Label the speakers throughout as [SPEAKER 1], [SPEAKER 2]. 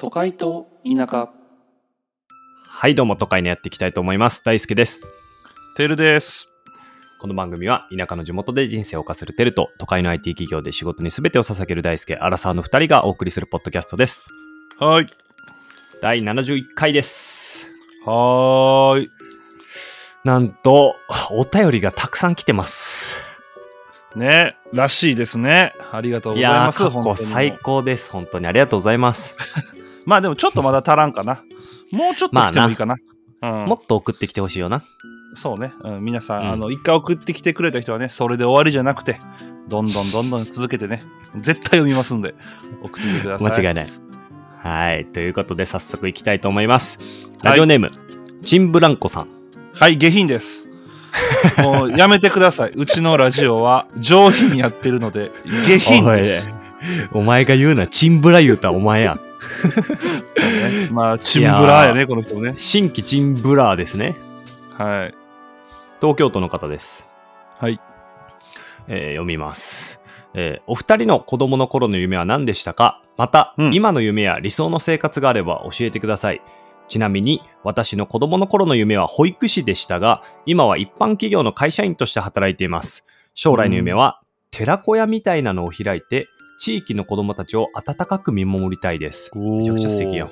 [SPEAKER 1] 都会と田舎
[SPEAKER 2] はい、どうも、都会にやっていきたいと思います。大輔です。
[SPEAKER 3] テールです。
[SPEAKER 2] この番組は、田舎の地元で人生を謳歌するテルと、都会の IT 企業で仕事に全てを捧げる大輔、アラサーの2人がお送りするポッドキャストです。
[SPEAKER 3] はい。
[SPEAKER 2] 第71回です。
[SPEAKER 3] はーい。
[SPEAKER 2] なんと、お便りがたくさん来てます。
[SPEAKER 3] ね、らしいですね。ありがとうご
[SPEAKER 2] い
[SPEAKER 3] ざい
[SPEAKER 2] や
[SPEAKER 3] ます。
[SPEAKER 2] ー、過
[SPEAKER 3] 本
[SPEAKER 2] 去
[SPEAKER 3] 当に
[SPEAKER 2] 最高です。本当にありがとうございます。
[SPEAKER 3] まあでもちょっとまだ足らんかな。もうちょっと来てもいいかな。うん
[SPEAKER 2] もっと送ってきてほしいよな。
[SPEAKER 3] そうね、うん、皆さん、
[SPEAKER 2] うん
[SPEAKER 3] あの一回送ってきてくれた人はねそれで終わりじゃなくてどんどんどんどん続けてね絶対読みますんで送ってきてください
[SPEAKER 2] 間違いない。はい、ということで、早速いきたいと思います。ラジオネーム、チンブランコさん。
[SPEAKER 3] はい下品ですもうやめてくださいうちのラジオは上品やってるので下品です、
[SPEAKER 2] お前が言うな、チンブラ言うたらお前や。
[SPEAKER 3] ねまあチンブラーや
[SPEAKER 2] いや
[SPEAKER 3] ねこの人ね
[SPEAKER 2] 新規チンブラーですね。
[SPEAKER 3] はい
[SPEAKER 2] 東京都の方です。
[SPEAKER 3] はい。
[SPEAKER 2] えー読みます。えーお二人の子供の頃の夢は何でしたかまた、
[SPEAKER 3] うん
[SPEAKER 2] 今の夢や理想の生活があれば教えてください。ちなみに、私の子供の頃の夢は保育士でしたが、今は一般企業の会社員として働いています。将来の夢は、寺子屋みたいなのを開いて、地域の子供たちを温かく見守りたいです。め
[SPEAKER 3] め
[SPEAKER 2] ちゃくちゃ素敵やん。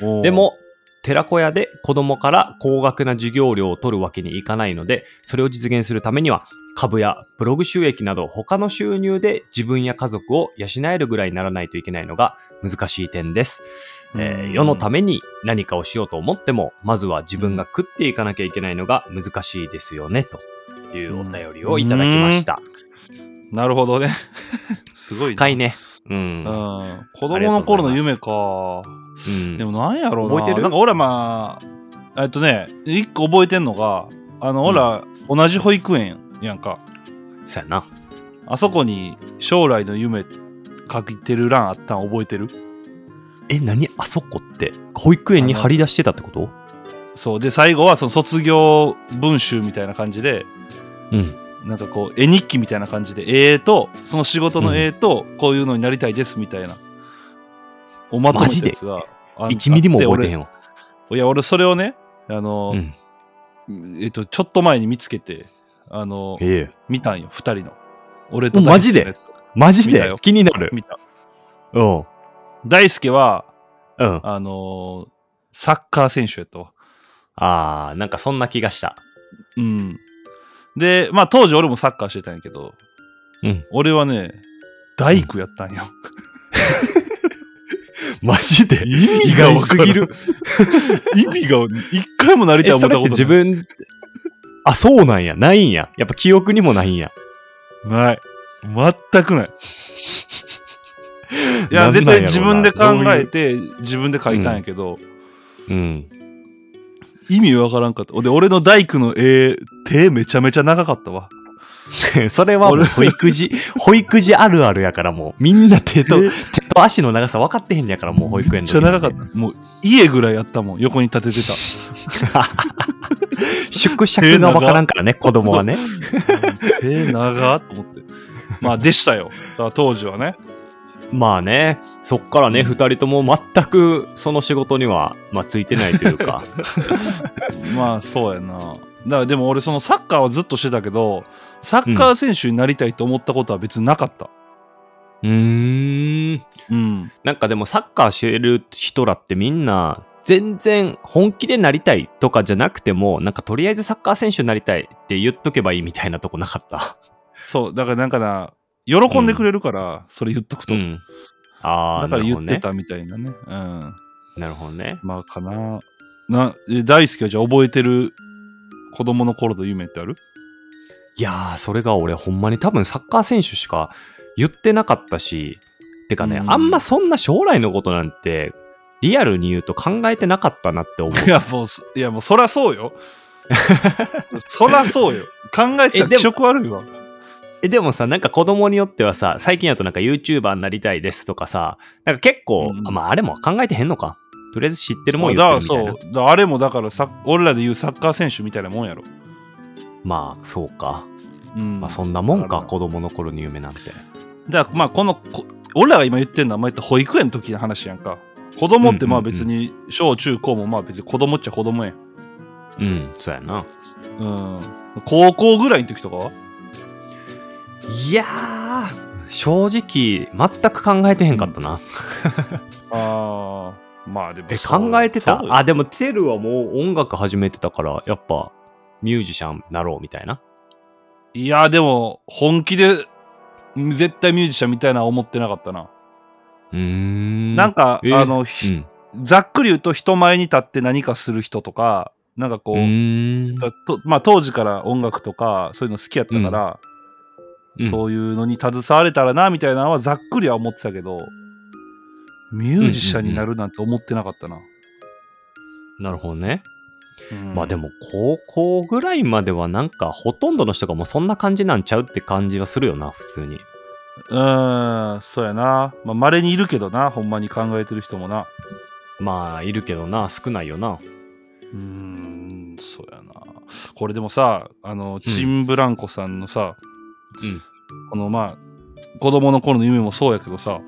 [SPEAKER 3] おー
[SPEAKER 2] で、も、寺子屋で子供から高額な授業料を取るわけにいかないので、それを実現するためには、株やブログ収益など他の収入で自分や家族を養えるぐらいにならないといけないのが難しい点です。
[SPEAKER 3] う
[SPEAKER 2] えー
[SPEAKER 3] ん
[SPEAKER 2] 世のために何かをしようと思っても、まずは自分が食っていかなきゃいけないのが難しいですよね、というお便りをいただきました。
[SPEAKER 3] なるほどねすごい
[SPEAKER 2] 深い
[SPEAKER 3] ね、
[SPEAKER 2] ね。う。
[SPEAKER 3] うんん、子供の頃の夢か
[SPEAKER 2] うん
[SPEAKER 3] でもなんやろうな
[SPEAKER 2] 覚えてる
[SPEAKER 3] なんか俺はまあえっとね一個覚えてんのがあの俺ら同じ保育園やんか
[SPEAKER 2] そうやな。
[SPEAKER 3] あそこに将来の夢書いてる欄あったん覚えてる
[SPEAKER 2] え、何あそこって、保育園に張り出してたってこと
[SPEAKER 3] そうで最後はその卒業文集みたいな感じで
[SPEAKER 2] うん。
[SPEAKER 3] なんかこう絵日記みたいな感じで絵とその仕事の絵とこういうのになりたいですみたいな、おまとめたやつがあ
[SPEAKER 2] 1ミリも覚えてへんわ。
[SPEAKER 3] 俺いや俺それをねあの、
[SPEAKER 2] うん。
[SPEAKER 3] えっと、ちょっと前に見つけてあの
[SPEAKER 2] ええ。
[SPEAKER 3] 見たんよ、二人の。俺と
[SPEAKER 2] おマジで
[SPEAKER 3] 大輔のや
[SPEAKER 2] マジ
[SPEAKER 3] 見た
[SPEAKER 2] で
[SPEAKER 3] よ
[SPEAKER 2] 気になる
[SPEAKER 3] つ。見た。
[SPEAKER 2] うん。
[SPEAKER 3] 大輔は、
[SPEAKER 2] うん。
[SPEAKER 3] あのーサッカー選手やったわ。
[SPEAKER 2] あー、なんかそんな気 がした。
[SPEAKER 3] うん。で、まあ当時俺もサッカーしてたんやけど、
[SPEAKER 2] うん。
[SPEAKER 3] 俺はね、大工やったんよ。
[SPEAKER 2] マジで
[SPEAKER 3] 意
[SPEAKER 2] 意外すぎ。る。
[SPEAKER 3] 意味が、一回もなりたい
[SPEAKER 2] え、
[SPEAKER 3] 思
[SPEAKER 2] そ
[SPEAKER 3] った
[SPEAKER 2] れ
[SPEAKER 3] こ
[SPEAKER 2] っ
[SPEAKER 3] と
[SPEAKER 2] て
[SPEAKER 3] ない。
[SPEAKER 2] 自分、あ、そうなんや。ないんや。やっぱ記憶にもないんや。
[SPEAKER 3] ない。全くない。いや、
[SPEAKER 2] なんな
[SPEAKER 3] 絶
[SPEAKER 2] んやろう
[SPEAKER 3] 対
[SPEAKER 2] な
[SPEAKER 3] 自分で考えて、自分で書いたんやけど、
[SPEAKER 2] うん。
[SPEAKER 3] 意味わからんかった。で、俺の大工の絵、手めちゃめちゃ長かったわ。
[SPEAKER 2] それはもう
[SPEAKER 3] 俺
[SPEAKER 2] 保育児、 保育児あるあるやからもう、みんな手と、手と足の長さ分かってへんやからもう保育
[SPEAKER 3] めっ
[SPEAKER 2] 園の。
[SPEAKER 3] ちゃ長かった。もう家ぐらいやったもん横に立 ててた
[SPEAKER 2] 縮尺が分からんからね、子供はね。
[SPEAKER 3] えー、長っと思ってまあでしたよだから当時はね
[SPEAKER 2] まあね、そっからね、二人とも全くその仕事には、まあ、ついてないという か。
[SPEAKER 3] まあそうやなだからでも俺そのサッカーはずっとしてたけどサッカー選手になりたいと思ったことは別になかった
[SPEAKER 2] うーん。
[SPEAKER 3] うん、
[SPEAKER 2] なんかでもサッカーしてる人らってみんな、全然本気でなりたいとかじゃなくても、なんかとりあえずサッカー選手になりたいって言っとけばいいみたいなとこなかった。
[SPEAKER 3] そうだからなんかな喜んでくれるから、それ言っとくと、
[SPEAKER 2] うん。ああ、
[SPEAKER 3] だから言って
[SPEAKER 2] なる
[SPEAKER 3] たみたいなねうん
[SPEAKER 2] ほどね。なるほどね。
[SPEAKER 3] まあかななえ大輔はじゃあ覚えてる子供の頃の夢ってある
[SPEAKER 2] いやー、それが俺ほんまに多分サッカー選手しか言ってなかったし、てかね、
[SPEAKER 3] うん
[SPEAKER 2] あんまそんな将来のことなんて、リアルに言うと考えてなかったなって 思う。
[SPEAKER 3] いやもうそ、いやもうそらそう よ。そらそうよ。考えてた
[SPEAKER 2] え
[SPEAKER 3] ら
[SPEAKER 2] でも
[SPEAKER 3] 気色悪いわ。
[SPEAKER 2] えでもさなんか子供によってはさ最近やとなんか YouTuber になりたいですとかさなんか結構、
[SPEAKER 3] うん
[SPEAKER 2] あまああれも考えてへんのかとりあえず知ってるもん
[SPEAKER 3] だから
[SPEAKER 2] 言ってるみた
[SPEAKER 3] そ。
[SPEAKER 2] いうな
[SPEAKER 3] だからあれもだからサッ俺らで言うサッカー選手みたいなもんやろ。
[SPEAKER 2] まあそうか、
[SPEAKER 3] うん。
[SPEAKER 2] まあそんなもん
[SPEAKER 3] だ
[SPEAKER 2] か
[SPEAKER 3] から
[SPEAKER 2] 子供の頃の夢なんて
[SPEAKER 3] だからまあこのこ俺らが今言ってるのは前言った保育園の時の話やんか。子供ってまあ
[SPEAKER 2] うんうんうん
[SPEAKER 3] 別に小中高もまあ別に子供っちゃ子供やん、
[SPEAKER 2] うん、そうやな。
[SPEAKER 3] うん、高校ぐらいの時とかはい
[SPEAKER 2] やー、正直、全く考えてへんかったな。
[SPEAKER 3] ああまあでも
[SPEAKER 2] え、
[SPEAKER 3] そう
[SPEAKER 2] 考えてた
[SPEAKER 3] そう
[SPEAKER 2] あ、でも、テルはもう音楽始めてたから、やっぱ、ミュージシャンなろうみたいな。
[SPEAKER 3] いやでも本気でうん絶対ミュージシャンみたいな思ってなかったな、
[SPEAKER 2] うーん。
[SPEAKER 3] なんか、
[SPEAKER 2] えー
[SPEAKER 3] あの、ひ
[SPEAKER 2] うん、
[SPEAKER 3] ざっくり言うと人前に立って何かする人とかなんかこ
[SPEAKER 2] う
[SPEAKER 3] う、
[SPEAKER 2] ーん。
[SPEAKER 3] だとまあ、当時から音楽とかそういうの好きやったから、
[SPEAKER 2] うん
[SPEAKER 3] そういうのに携われたらなみたいなのはざっくりは思ってたけどミュージシャンになるなんて思ってなかったな、
[SPEAKER 2] なるほどね。
[SPEAKER 3] うん
[SPEAKER 2] まあでも、高校ぐらいまでは、なんか、ほとんどの人がもうそんな感じなんちゃうって感じはするよな、普通に。
[SPEAKER 3] うーんそうやなまあ、稀にいるけどなほんまに考えてる人もな
[SPEAKER 2] まあ、いるけどな、少ないよな。
[SPEAKER 3] うーんそうやなこれでもさあのチンブランコさんのさ、
[SPEAKER 2] うん
[SPEAKER 3] このまあ子供の頃の夢もそうやけどさ、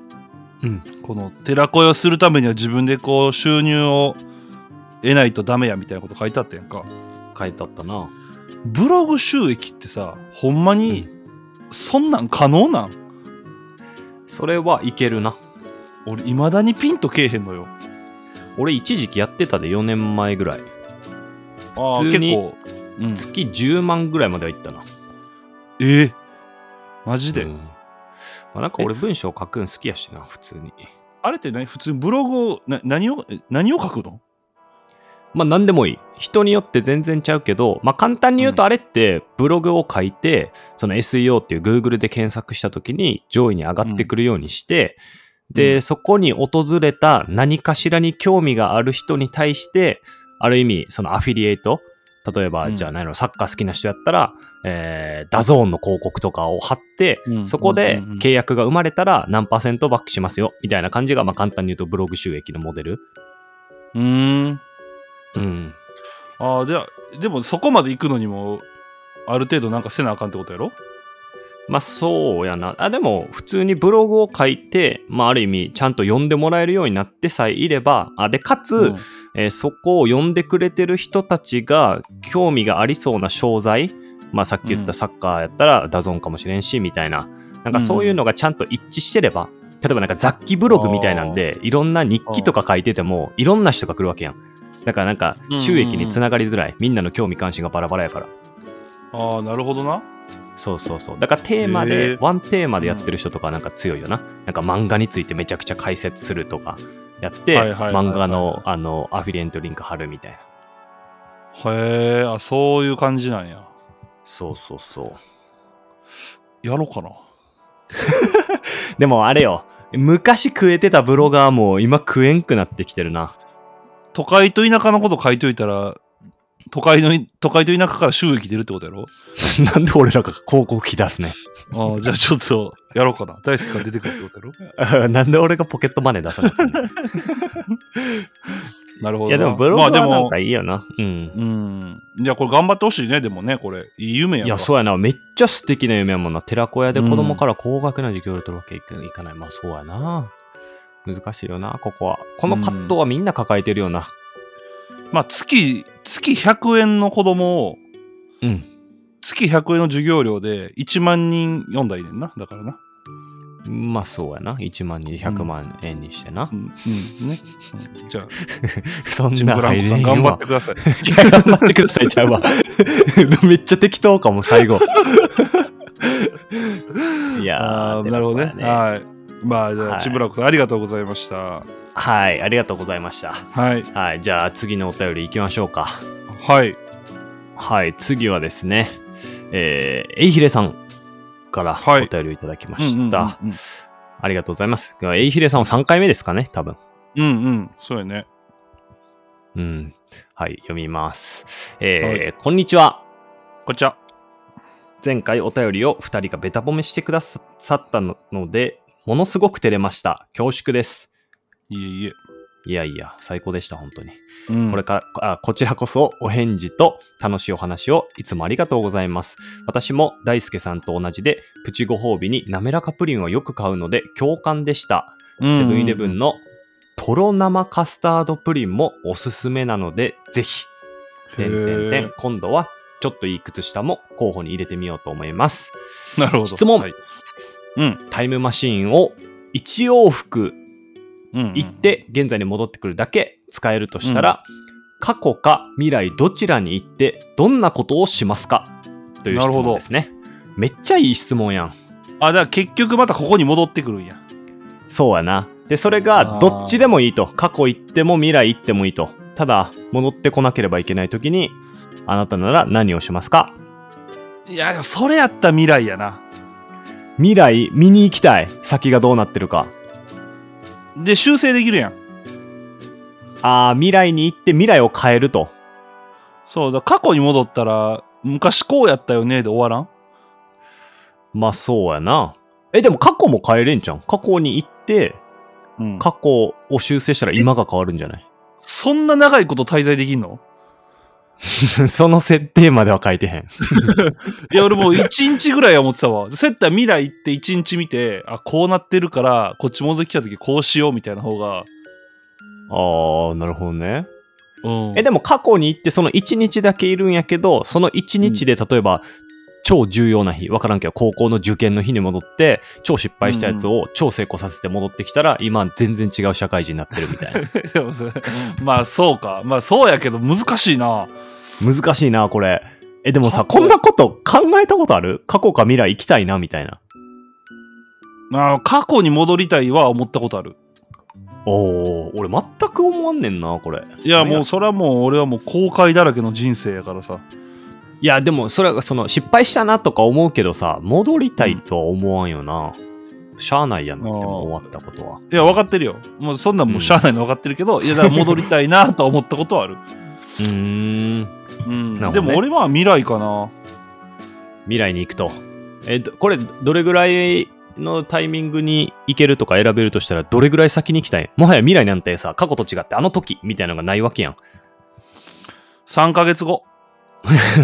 [SPEAKER 2] うん
[SPEAKER 3] この寺子屋をするためには自分でこう収入を得ないとダメやみたいなこと書いてあったやんか
[SPEAKER 2] 書いてあったな。
[SPEAKER 3] ブログ収益ってさほんまにそんなん可能なん、
[SPEAKER 2] それはいけるな。
[SPEAKER 3] 俺いまだにピンとけえへんのよ
[SPEAKER 2] 俺、一時期やってたで、4年前ぐらい。
[SPEAKER 3] あー
[SPEAKER 2] 普通に
[SPEAKER 3] 結構、うん、
[SPEAKER 2] 月10万ぐらいまではいったな。
[SPEAKER 3] えーマジで、
[SPEAKER 2] うんまあ、なんか俺文章書くん好きやしな普通に
[SPEAKER 3] あれって何普通にブログをな何をえ何を書くの
[SPEAKER 2] まあ何でもいい人によって全然ちゃうけど、まあ、簡単に言うとあれってブログを書いて、その SEO っていう Google で検索した時に上位に上がってくるようにして、
[SPEAKER 3] う
[SPEAKER 2] で
[SPEAKER 3] ん
[SPEAKER 2] そこに訪れた何かしらに興味がある人に対してある意味そのアフィリエイト例えば、
[SPEAKER 3] うん
[SPEAKER 2] じゃあ何やろサッカー好きな人やったら、えーダゾーンの広告とかを貼って、
[SPEAKER 3] うん
[SPEAKER 2] そこで
[SPEAKER 3] うんうんうん
[SPEAKER 2] 契約が生まれたら何パーセントバックしますよみたいな感じが、まあ、簡単に言うとブログ収益のモデル。
[SPEAKER 3] うーん
[SPEAKER 2] うん、
[SPEAKER 3] ああででもそこまで行くのにもある程度なんかせなあかんってことやろ
[SPEAKER 2] まあそうやなあでも普通にブログを書いて、まあ、ある意味ちゃんと読んでもらえるようになってさえいればあでかつ、
[SPEAKER 3] うん
[SPEAKER 2] えーそこを読んでくれてる人たちが興味がありそうな商材、まあ、さっき言っ
[SPEAKER 3] うん
[SPEAKER 2] たサッカーやったらダゾーンかもしれんしみたいななんかそういうのがちゃんと一致してれば、例えばなんか雑記ブログみたいなんでいろんな日記とか書いててもいろんな人が来るわけやんだからなんか
[SPEAKER 3] うんうんうん
[SPEAKER 2] 収益につながりづらい、みんなの興味関心がバラバラやから
[SPEAKER 3] ああなるほどな
[SPEAKER 2] そうそうそうだからテーマ
[SPEAKER 3] へー
[SPEAKER 2] でワンテーマでやってる人とかなんか強いよななんか漫画についてめちゃくちゃ解説するとかやって
[SPEAKER 3] はいはいはいはい
[SPEAKER 2] 漫画のあのアフィリエントリンク貼るみたいな
[SPEAKER 3] へえあそういう感じなんや
[SPEAKER 2] そうそうそう
[SPEAKER 3] やろうかな
[SPEAKER 2] でもあれよ、昔食えてたブロガーも今食えんくなってきてるな。
[SPEAKER 3] 都会と田舎のこと書いといたら都会のい都会と田舎から収益出るってことやろ
[SPEAKER 2] なんで俺らが広告費出すね。
[SPEAKER 3] ああ じゃあちょっとやろうかな大好きから出てくるってことやろ
[SPEAKER 2] なんで俺がポケットマネー出さなかったの
[SPEAKER 3] なるほど
[SPEAKER 2] い
[SPEAKER 3] な
[SPEAKER 2] やでもブロガ
[SPEAKER 3] ま
[SPEAKER 2] ー
[SPEAKER 3] あで
[SPEAKER 2] なん
[SPEAKER 3] も
[SPEAKER 2] かいいよな。うん。
[SPEAKER 3] うんいやこれ頑張ってほしいねでもねこれいい夢や
[SPEAKER 2] い
[SPEAKER 3] んか
[SPEAKER 2] や、そうやな。めっちゃ素敵な夢やもんな。寺子屋で子供から高額な授業を取るわけいかいかない。まあそうやな。難しいよな、ここは。この葛藤はみんな抱えてるよな。
[SPEAKER 3] まあ月月100円の子供を
[SPEAKER 2] うん。
[SPEAKER 3] 月100円の授業料で1万人読んだらいいねんなだからな
[SPEAKER 2] まあそうやな。1万に100万円にしてな。
[SPEAKER 3] うんね、うんじゃあ
[SPEAKER 2] そん
[SPEAKER 3] ジム
[SPEAKER 2] な
[SPEAKER 3] ブランコさん
[SPEAKER 2] 入れ
[SPEAKER 3] 頑
[SPEAKER 2] んわ
[SPEAKER 3] 張ってください。
[SPEAKER 2] いや頑張ってくださいちゃうわ めっちゃ適当か も最後いやー
[SPEAKER 3] あー
[SPEAKER 2] でも
[SPEAKER 3] なるほどね
[SPEAKER 2] まあ。
[SPEAKER 3] はい。まあ、じゃ
[SPEAKER 2] は
[SPEAKER 3] あ、
[SPEAKER 2] い
[SPEAKER 3] ジムブランコさん、ありがとうございました。
[SPEAKER 2] はいありがとうございました
[SPEAKER 3] はい。
[SPEAKER 2] はいじゃあ次のお便り行きましょうか
[SPEAKER 3] はい。
[SPEAKER 2] はい次はですねえー、えいひれさんから
[SPEAKER 3] はい
[SPEAKER 2] お便りをいただきま
[SPEAKER 3] うん
[SPEAKER 2] した、
[SPEAKER 3] うん
[SPEAKER 2] ありがとうございますえいひれさんは3回目ですかね多分
[SPEAKER 3] うん、うんうん、そうやね。
[SPEAKER 2] うんはい読みますえー
[SPEAKER 3] は
[SPEAKER 2] こんにちは
[SPEAKER 3] こちら。
[SPEAKER 2] 前回お便りを2人がベタ褒めしてくださったのでものすごく照れました恐縮です
[SPEAKER 3] いえいえ。
[SPEAKER 2] いやいや、最高でした、本当に。
[SPEAKER 3] うん
[SPEAKER 2] これから、あこちらこそお返事と楽しいお話をいつもありがとうございます。私も大輔さんと同じで、プチご褒美に滑らかプリンをよく買うので共感でした。セブンイレブン
[SPEAKER 3] の。
[SPEAKER 2] のとろ生カスタードプリンもおすすめなので、ぜひ、てんてんて
[SPEAKER 3] へ
[SPEAKER 2] ん、今度はちょっといい靴下も候補に入れてみようと思います。
[SPEAKER 3] ーなるほど。
[SPEAKER 2] 質問
[SPEAKER 3] はいうん。
[SPEAKER 2] タイムマシーンを1往復
[SPEAKER 3] うんうん
[SPEAKER 2] 行っ。て現在に戻ってくるだけ使えるとしたら、過去か未来どちらに行ってどんなことをしますかという質
[SPEAKER 3] なるほ
[SPEAKER 2] 問
[SPEAKER 3] ど
[SPEAKER 2] ですね。めっちゃいい質問やん。
[SPEAKER 3] あ、だから結局またここに戻ってくるんや。
[SPEAKER 2] そうやな。で、それが
[SPEAKER 3] あー
[SPEAKER 2] どっちでもいいと。過去行っても未来行ってもいいと。ただ、戻ってこなければいけない時に、あなたなら何をしますか
[SPEAKER 3] いや、でもそれやったら未来やな。
[SPEAKER 2] 未来見に行きたい。先がどうなってるか。
[SPEAKER 3] で、修正できるやん。
[SPEAKER 2] ああ、未来に行って未来を変えると。
[SPEAKER 3] そうだ、過去に戻ったら、昔こうやったよねで終わらん
[SPEAKER 2] まあそうやな。え、でも過去も変えれんじゃん。過去に行って、
[SPEAKER 3] うん、
[SPEAKER 2] 過去を修正したら今が変わるんじゃない
[SPEAKER 3] そんな長いこと滞在できんの
[SPEAKER 2] その設定までは書いてへん。
[SPEAKER 3] いや俺もう1日ぐらいは思ってたわ。セッター未来行って1日見て、あ、こうなってるから、こっち戻ってきた時こうしようみたいな方が。
[SPEAKER 2] ああ、なるほどね。
[SPEAKER 3] うん
[SPEAKER 2] え、でも過去に行ってその1日だけいるんやけど、その1日で例えば、超重要な日、わからんけど、高校の受験の日に戻って、超失敗したやつを超成功させて戻ってきたら、今全然違う社会人になってるみたい な。
[SPEAKER 3] でもそれまあそうか。まあそうやけど難しいな。
[SPEAKER 2] 難しいな、これ。え、でもさ、
[SPEAKER 3] 過去
[SPEAKER 2] こんなこと考えたことある過去か未来行きたいな、みたいな。
[SPEAKER 3] あ過去に戻りたいは思ったことある。
[SPEAKER 2] おお俺全く思わんねんな、これ。
[SPEAKER 3] いや
[SPEAKER 2] 何
[SPEAKER 3] もうそれはもう俺はもう後悔だらけの人生やからさ。
[SPEAKER 2] いやでもそれはその失敗したなとか思うけどさ戻りたいとは思わんよな、しゃあないやなって
[SPEAKER 3] あー
[SPEAKER 2] もう終わったことはい
[SPEAKER 3] や分かってるよ。もうそんなんもうしゃあないの分かってるけど、いやだから戻りたいなとは思ったこと はある。
[SPEAKER 2] うーん
[SPEAKER 3] うん
[SPEAKER 2] なるほどね
[SPEAKER 3] でも俺は未来かな。
[SPEAKER 2] 未来に行くとえどこれどれぐらいのタイミングに行けるとか選べるとしたらどれぐらい先に行きたいもはや未来なんてさ過去と違ってあの時みたいなのがないわけや
[SPEAKER 3] 3ヶ月後。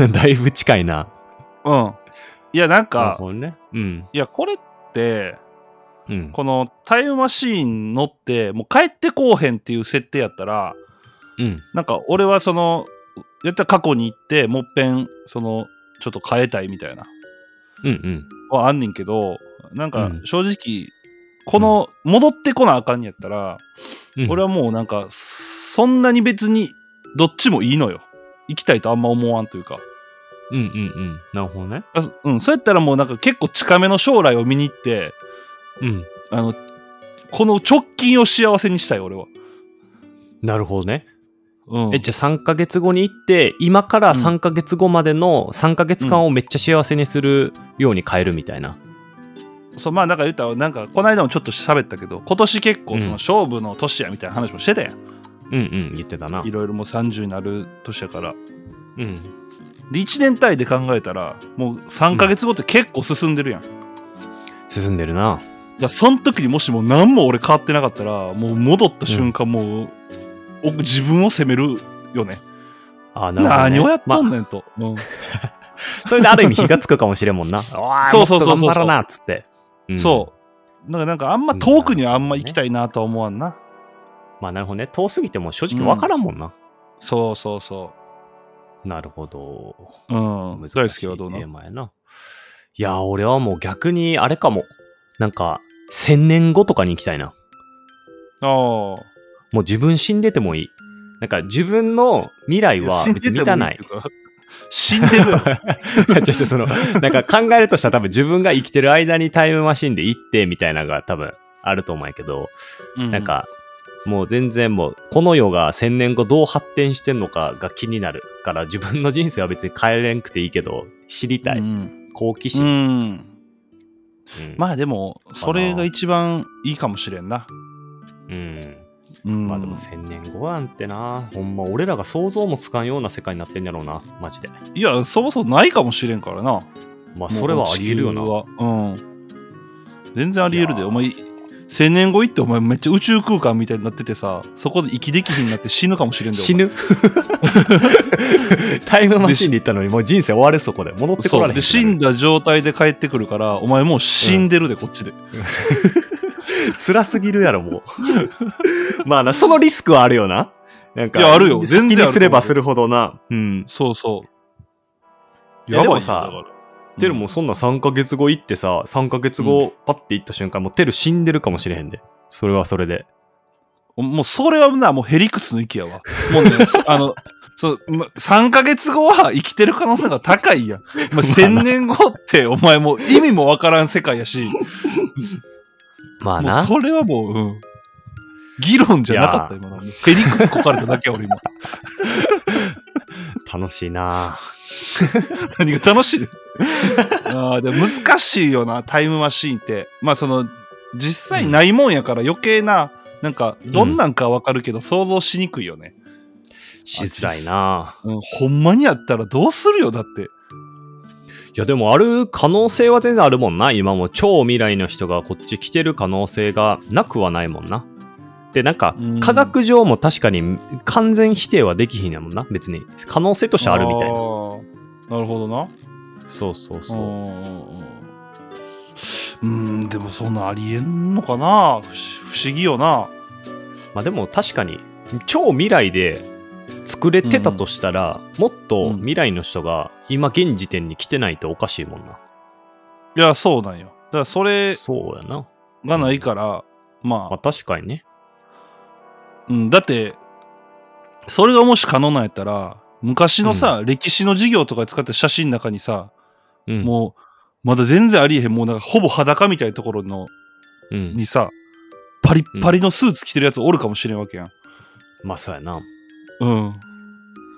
[SPEAKER 2] ん だいぶ近いな
[SPEAKER 3] うん。いやなん
[SPEAKER 2] なる
[SPEAKER 3] か、
[SPEAKER 2] ほどねうん
[SPEAKER 3] いやこれって、
[SPEAKER 2] うん
[SPEAKER 3] このタイムマシーン乗ってもう帰ってこうへんっていう設定やったら
[SPEAKER 2] うん
[SPEAKER 3] なんか俺はそのやったら過去に行ってもっぺんそのちょっと変えたいみたいな
[SPEAKER 2] うんうん
[SPEAKER 3] はあんねんけどなんか
[SPEAKER 2] うん
[SPEAKER 3] 正直、この戻ってこなあかんやったら、
[SPEAKER 2] うん
[SPEAKER 3] 俺はもうなんかそんなに別にどっちもいいのよ行きたいとあんま思わんというか
[SPEAKER 2] うんうんうんなるほどね
[SPEAKER 3] あうんそうやったらもうなんか結構近めの将来を見に行って
[SPEAKER 2] うん
[SPEAKER 3] あのこの直近を幸せにしたい俺は、
[SPEAKER 2] なるほどね
[SPEAKER 3] うん、
[SPEAKER 2] えじゃあ3ヶ月後に行って今から
[SPEAKER 3] うん
[SPEAKER 2] 3ヶ月後までの3ヶ月間をめっちゃ幸せにするように変えるみたいな、
[SPEAKER 3] そうまあなんか言ったらなんかこの間もちょっと喋ったけど今年結構その
[SPEAKER 2] うん
[SPEAKER 3] 勝負の年やみたいな話もしてたやん、
[SPEAKER 2] うん、うん言ってたない
[SPEAKER 3] ろいろもう30になる年やから
[SPEAKER 2] うん
[SPEAKER 3] で1年単位で考えたらもう3ヶ月後って結構進んでるやん、だか
[SPEAKER 2] 進んでるな
[SPEAKER 3] らその時にもしも何も俺変わってなかったらもう戻った瞬間もう、お自分を責めるよね
[SPEAKER 2] あーなるほどね、
[SPEAKER 3] 何をやっとん
[SPEAKER 2] ま
[SPEAKER 3] ねんと、うん
[SPEAKER 2] あそれである意味火がつくかもしれんもん なあ
[SPEAKER 3] そ
[SPEAKER 2] そ
[SPEAKER 3] そ
[SPEAKER 2] ううそう
[SPEAKER 3] そ
[SPEAKER 2] うそうう
[SPEAKER 3] そう
[SPEAKER 2] 頑張らなっつって、うん
[SPEAKER 3] そうなんかなんかあんま遠くにはあんま行きたいなとは思わんな、
[SPEAKER 2] まあなるほどね遠すぎても正直わからんもんな、
[SPEAKER 3] そうそうそ
[SPEAKER 2] なるほど
[SPEAKER 3] ううん
[SPEAKER 2] 難しい
[SPEAKER 3] 大輔はどう
[SPEAKER 2] テ
[SPEAKER 3] な
[SPEAKER 2] ーマやないやー俺はもう逆にあれかもなんか1000年後とかに行きたいな
[SPEAKER 3] ああ
[SPEAKER 2] もう自分死んでてもいいなんか自分の未来は別に満たない
[SPEAKER 3] 死んでるよ。
[SPEAKER 2] いや、ちょっとその、 なんか考えるとしたら多分自分が生きてる間にタイムマシンで行ってみたいなのが多分あると思うんやけど、 なん、か、もう全然もう、この世が1000年後どう発展してんのかが気になるから、自分の人生は別に変えれんくていいけど、知りたい。
[SPEAKER 3] うん
[SPEAKER 2] 好奇
[SPEAKER 3] う
[SPEAKER 2] 心。
[SPEAKER 3] ん。
[SPEAKER 2] うん
[SPEAKER 3] まあでも、それが一番いいかもしれんな。
[SPEAKER 2] うん。
[SPEAKER 3] うん、
[SPEAKER 2] まあでも1000年後なんてな、ほんま俺らが想像もつかんような世界になってんやろうな、マジで。
[SPEAKER 3] いや、そもそもないかもしれんからな。
[SPEAKER 2] まあそれはありえるよな。
[SPEAKER 3] もう地球はうん。全然ありえる
[SPEAKER 2] い
[SPEAKER 3] で。
[SPEAKER 2] やー
[SPEAKER 3] お前、1000年後行ってお前めっちゃ宇宙空間みたいになっててさ、そこで息できひんなって死ぬかもしれんで。お前
[SPEAKER 2] 死ぬ タイムマシンで行ったのにもう人生終わるそこで戻ってこ
[SPEAKER 3] そう
[SPEAKER 2] られへん
[SPEAKER 3] で死んだ状態で帰ってくるからお前もう死んでるで、こっちで
[SPEAKER 2] 辛すぎるやろ、もう。 まあな、そのリスクはあるよな。なんか、
[SPEAKER 3] いやあるよ全
[SPEAKER 2] 全
[SPEAKER 3] 然ある
[SPEAKER 2] 然。すればするほどな。うん。
[SPEAKER 3] そうそう。
[SPEAKER 2] いや
[SPEAKER 3] やばいよ
[SPEAKER 2] でもさ
[SPEAKER 3] だから
[SPEAKER 2] テルもそんな3ヶ月後行ってさ、3ヶ月後パッて行った瞬間、もうテル死んでるかもしれへんで。それはそれで。
[SPEAKER 3] もうそれはな、もうヘリクツの域や わ。もうね、そあの、そう、ま3ヶ月後は生きてる可能性が高い やん。まあ、1000年後って、お前もう意味もわからん世界やし、
[SPEAKER 2] まあ
[SPEAKER 3] もう
[SPEAKER 2] な。
[SPEAKER 3] それはもう、うん。議論じゃなかった、
[SPEAKER 2] い
[SPEAKER 3] 今の。ヘリクツこかれただけや、俺 今。
[SPEAKER 2] 楽しいな
[SPEAKER 3] 何が楽しいああ、でも難しいよな、タイムマシーンって。まあ、その、実際ないもんやから余計な、なんか、どんなんかわかるけど、想像しにくいよね。
[SPEAKER 2] しづらいな
[SPEAKER 3] うん、ほんまにやったらどうするよ、だって。
[SPEAKER 2] いや、でもある可能性は全然あるもんな。今も超未来の人がこっち来てる可能性がなくはないもんな。で、なんか
[SPEAKER 3] うん、
[SPEAKER 2] 科学上も確かに完全否定はできひんやもんな。別に。可能性としてあるみたい
[SPEAKER 3] あ
[SPEAKER 2] な。
[SPEAKER 3] ーなるほどな
[SPEAKER 2] そうそう
[SPEAKER 3] う
[SPEAKER 2] そう。
[SPEAKER 3] んうんうんうんでもそんなありえんのかな不思不思議よな
[SPEAKER 2] まあでも確かに超未来で作れてたとしたら、もっと未来の人が今現時点に来てないとおかしいもんな。
[SPEAKER 3] いやそうなんよだからそれ
[SPEAKER 2] そうやな。
[SPEAKER 3] がないからま
[SPEAKER 2] まあ確かにね。
[SPEAKER 3] あ、うん、だってそれがもし可能なんやったら昔のさ、歴史の授業とかで使った写真の中にさ、
[SPEAKER 2] うん。
[SPEAKER 3] もうまだ全然ありえへんもうなんかほぼ裸みたいなところの
[SPEAKER 2] うん、
[SPEAKER 3] にさパリッパリのスーツ着てるやつおるかもしれんわけやん
[SPEAKER 2] まあそうやな。
[SPEAKER 3] うん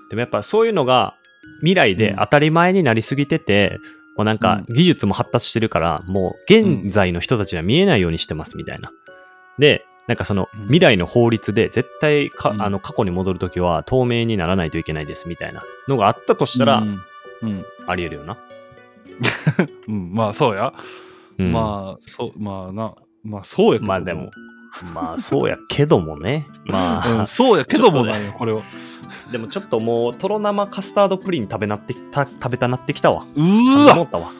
[SPEAKER 2] でもやっぱそういうのが未来で当たり前になりすぎてて、もうなんか技術も発達してるから、もう現在の人たちには見えないようにしてますみたいな。で、なんかその
[SPEAKER 3] うん
[SPEAKER 2] 未来の法律で絶対か、
[SPEAKER 3] うん
[SPEAKER 2] あの過去に戻るときは透明にならないといけないですみたいなのがあったとしたら
[SPEAKER 3] うんうん、
[SPEAKER 2] ありえるよな。
[SPEAKER 3] うん、まあそうや
[SPEAKER 2] うん
[SPEAKER 3] まあそうまあなまあそうやけど
[SPEAKER 2] まあでも、まあそうやけど もね。ま
[SPEAKER 3] う
[SPEAKER 2] あ
[SPEAKER 3] ん、、そうやけども
[SPEAKER 2] ちょっとね
[SPEAKER 3] なんよこれは
[SPEAKER 2] でもちょっともうとろ生カスタードプリン食べなってきた食べたなってきたわ。
[SPEAKER 3] うー
[SPEAKER 2] 思
[SPEAKER 3] わ
[SPEAKER 2] ったわ。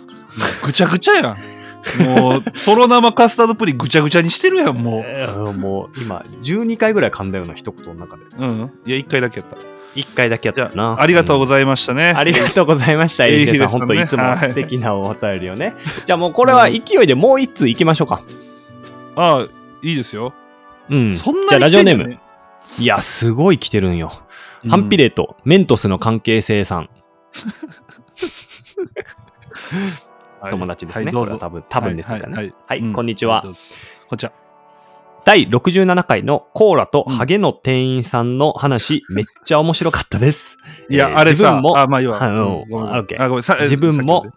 [SPEAKER 3] ぐちゃぐちゃやんもう とろ生カスタードプリンぐちゃぐちゃにしてるやんも
[SPEAKER 2] えーもう今12回ぐらい噛んだような一言の中で。
[SPEAKER 3] ううんいや一回だけやった
[SPEAKER 2] 1回だけやっ
[SPEAKER 3] じ
[SPEAKER 2] た
[SPEAKER 3] ゃ
[SPEAKER 2] よな。
[SPEAKER 3] あありがとうご
[SPEAKER 2] ざいま
[SPEAKER 3] ざいましたね、
[SPEAKER 2] ありがとうございました。エイ
[SPEAKER 3] エイヒデ
[SPEAKER 2] ヒデさん、
[SPEAKER 3] さんね
[SPEAKER 2] 本当いつ
[SPEAKER 3] は
[SPEAKER 2] も
[SPEAKER 3] い
[SPEAKER 2] 素敵なお便りをね。じゃあもうこれは勢いでもう1通いきましょうか。
[SPEAKER 3] あいいですよ、
[SPEAKER 2] うん。
[SPEAKER 3] そん
[SPEAKER 2] じ
[SPEAKER 3] な
[SPEAKER 2] ゃあ
[SPEAKER 3] に
[SPEAKER 2] ラ
[SPEAKER 3] 来
[SPEAKER 2] ジオ
[SPEAKER 3] てんね
[SPEAKER 2] ネーム。いや、すごい来てるんよ。
[SPEAKER 3] うん
[SPEAKER 2] ハンピレとメントスの関係性さん、
[SPEAKER 3] はい
[SPEAKER 2] 友達ですね。
[SPEAKER 3] はいどう
[SPEAKER 2] これは
[SPEAKER 3] ぞ
[SPEAKER 2] 多分、多分ですからね。
[SPEAKER 3] はいはい
[SPEAKER 2] はい
[SPEAKER 3] うん
[SPEAKER 2] こんにちは
[SPEAKER 3] どうぞこんにちは
[SPEAKER 2] 第67回のコーラとハゲの店員さんの話、めっちゃ面白かったです。
[SPEAKER 3] いや、
[SPEAKER 2] えー
[SPEAKER 3] あれ
[SPEAKER 2] 自分
[SPEAKER 3] さ
[SPEAKER 2] も
[SPEAKER 3] あまあいいわ
[SPEAKER 2] あの
[SPEAKER 3] うんごめん
[SPEAKER 2] あオッケー
[SPEAKER 3] あごめんさえ
[SPEAKER 2] 自分も
[SPEAKER 3] さっき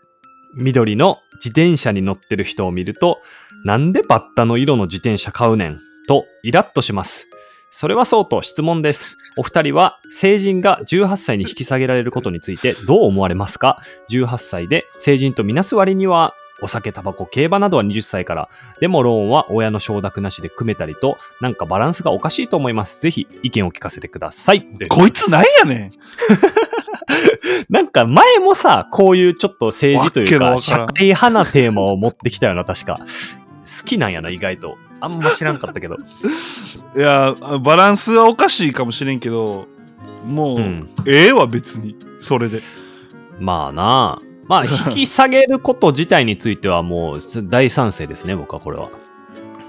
[SPEAKER 2] 緑の自転車に乗ってる人を見ると、なんでバッタの色の自転車買うねんとイラッとします。それはそうと質問です。お二人は成人が18歳に引き下げられることについてどう思われますか ?18 歳で成人とみなす割にはお酒、タバコ、競馬などは20歳から。でもローンは親の承諾なしで組めたりと、なんかバランスがおかしいと思います。ぜひ意見を聞かせてください。
[SPEAKER 3] こいつなんやねん
[SPEAKER 2] なんか前もさ、こういうちょっと政治という
[SPEAKER 3] わっけ
[SPEAKER 2] か、
[SPEAKER 3] の
[SPEAKER 2] 社
[SPEAKER 3] わからん
[SPEAKER 2] 会派なテーマを持ってきたよな、確か。好きなんやな、意外と。あんま知らんかったけど。
[SPEAKER 3] いやバランスはおかしいかもしれんけど もう、
[SPEAKER 2] うん
[SPEAKER 3] ええわ別にそれで
[SPEAKER 2] まあなあ。まあ、引き下げること自体についてはもう大賛成ですね、僕はこれは。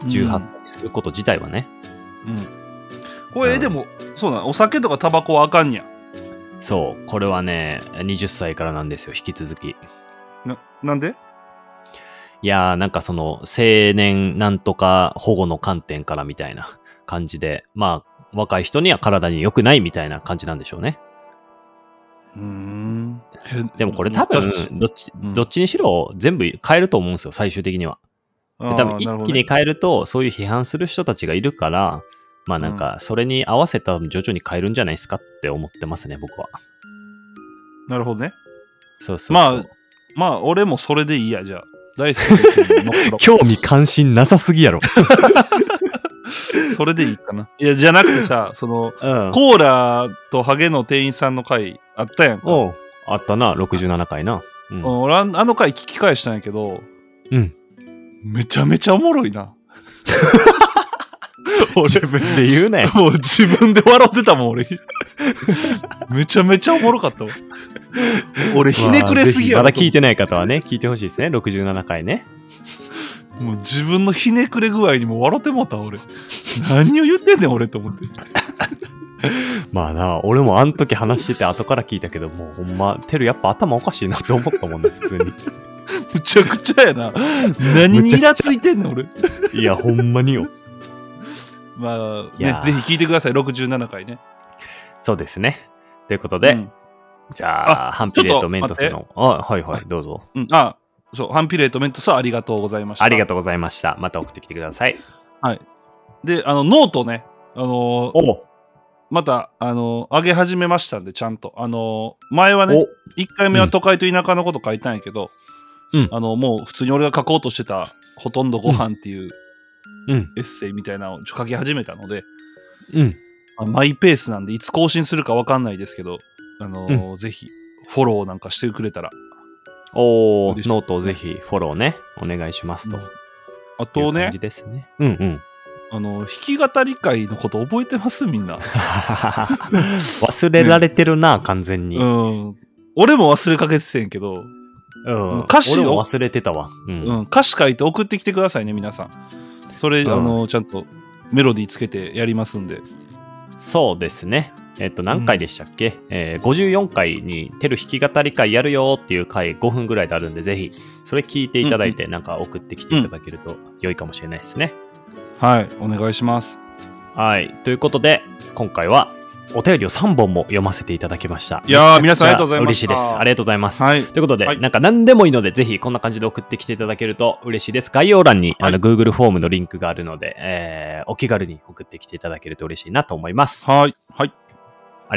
[SPEAKER 2] 18歳にすること自体はね。
[SPEAKER 3] うん、うんこれ、
[SPEAKER 2] うん
[SPEAKER 3] でもそうなんお酒とかタバコはあかんにゃ
[SPEAKER 2] そう、これはね、20歳からなんですよ、引き続き。
[SPEAKER 3] ななんで
[SPEAKER 2] いやー、なんかその、青年なんとか保護の観点からみたいな感じで、まあ、若い人には体に良くないみたいな感じなんでしょうね。
[SPEAKER 3] うーんへ
[SPEAKER 2] でもこれ多
[SPEAKER 3] う
[SPEAKER 2] 分
[SPEAKER 3] ん、
[SPEAKER 2] どっち、
[SPEAKER 3] うん
[SPEAKER 2] どっちにしろ全部変えると思うんですよ、最終的には。で多分
[SPEAKER 3] あー
[SPEAKER 2] 一
[SPEAKER 3] なるほ
[SPEAKER 2] 気
[SPEAKER 3] どね
[SPEAKER 2] に変えると、そういう批判する人たちがいるから、まあなんか、それに合わせた徐々に変えるんじゃないですかって思ってますね、僕は。
[SPEAKER 3] なるほどね
[SPEAKER 2] そうそうそう。
[SPEAKER 3] まあ、まあ俺もそれでいいやじゃあ大好きな人に乗っかろう
[SPEAKER 2] 興味関心なさすぎやろ。
[SPEAKER 3] それでいいかないやじゃなくて さその
[SPEAKER 2] うん。
[SPEAKER 3] コーラとハゲの店員さんの回あったやんか
[SPEAKER 2] おうあったな、67回な。う
[SPEAKER 3] うん
[SPEAKER 2] ん。
[SPEAKER 3] 俺あんあの回聞き返したんやけど
[SPEAKER 2] うん
[SPEAKER 3] めちゃめちゃおもろいな
[SPEAKER 2] 自分で言うなよ。
[SPEAKER 3] もう自分で笑ってたもん、俺。 めちゃめちゃおもろかったわ。俺、ひねくれすぎや
[SPEAKER 2] ま
[SPEAKER 3] ろ
[SPEAKER 2] あぜひまだ聞いてない方はね、聞いてほしいですね。67回ね。
[SPEAKER 3] もう自分のひねくれ具合にも笑ってもうた、俺。何を言ってんねん、俺、と思って。
[SPEAKER 2] まあな、俺もあん時話してて後から聞いたけど、もうほんま、テルやっぱ頭おかしいなって思ったもんね、普通に。
[SPEAKER 3] むちゃくちゃやな。何にイラついてんねん、俺。
[SPEAKER 2] いや、ほんまによ。
[SPEAKER 3] まあ、
[SPEAKER 2] いや
[SPEAKER 3] ね
[SPEAKER 2] ー、
[SPEAKER 3] ぜひ聞いてください、67回ね。
[SPEAKER 2] そうですね。ということで、
[SPEAKER 3] うん
[SPEAKER 2] じゃあ、ハンピレートメントス
[SPEAKER 3] ちょ
[SPEAKER 2] の。あ、はいはい、どうぞ。
[SPEAKER 3] うん、あ、そう、ハンピレートメントさんありがとうございました。
[SPEAKER 2] ありが
[SPEAKER 3] と
[SPEAKER 2] とうございました。また送ってきてください。
[SPEAKER 3] う。で、あの、ノートね、あのー
[SPEAKER 2] おお、
[SPEAKER 3] また、あのー上げ始めましたんで、ちゃんと。あのー前はね、1回目は都会と田舎のこと書いたんやけど、
[SPEAKER 2] うん
[SPEAKER 3] あの、もう普通に俺が書こうとしてた、ほとんどご飯っていう
[SPEAKER 2] うん、
[SPEAKER 3] エッセイみたいなのを書き始めたので、
[SPEAKER 2] うん。
[SPEAKER 3] まあマイペースなんで、いつ更新するかわかんないですけど、あのーぜひ、フォローなんかしてくれたら。
[SPEAKER 2] おお、
[SPEAKER 3] 嬉しいですね
[SPEAKER 2] ノートをぜひフォローね、お願いしますと。
[SPEAKER 3] あ
[SPEAKER 2] いう
[SPEAKER 3] と
[SPEAKER 2] 感
[SPEAKER 3] ね
[SPEAKER 2] じ、ですね。うん うん。
[SPEAKER 3] あの、弾き語り会のこと覚えてますみんな。
[SPEAKER 2] 忘れられてるな、完全に。
[SPEAKER 3] うん。俺も忘れかけてたんやけど、
[SPEAKER 2] うん。
[SPEAKER 3] 歌詞を
[SPEAKER 2] 俺も忘れてたわ。う。
[SPEAKER 3] うんん、歌詞書いて送ってきてくださいね、皆さん。それ、
[SPEAKER 2] うん
[SPEAKER 3] あの、ちゃんとメロディーつけてやりますんで。
[SPEAKER 2] そうですね。えっと、何回でしたっけ、えー ?54 回にテル弾き語り会やるよっていう回5分ぐらいであるんで、ぜひ、それ聞いていただいて、なんか送ってきていただけると良いかもしれないですね。
[SPEAKER 3] はい、お願いします。
[SPEAKER 2] はい。ということで、今回はお便りを3本も読ませていただきました。
[SPEAKER 3] いやー
[SPEAKER 2] めちゃくち
[SPEAKER 3] 皆さ
[SPEAKER 2] ゃ
[SPEAKER 3] んありがとうございました
[SPEAKER 2] 嬉しいです。ありがとうございます。
[SPEAKER 3] はい。
[SPEAKER 2] ということで、
[SPEAKER 3] はい
[SPEAKER 2] なんか何でもいいので、ぜひこんな感じで送ってきていただけると嬉しいです。概要欄に、あの Google フォームのリンクがあるので、えーお気軽に送ってきていただけると嬉しいなと思います。
[SPEAKER 3] はい。はい。
[SPEAKER 2] あ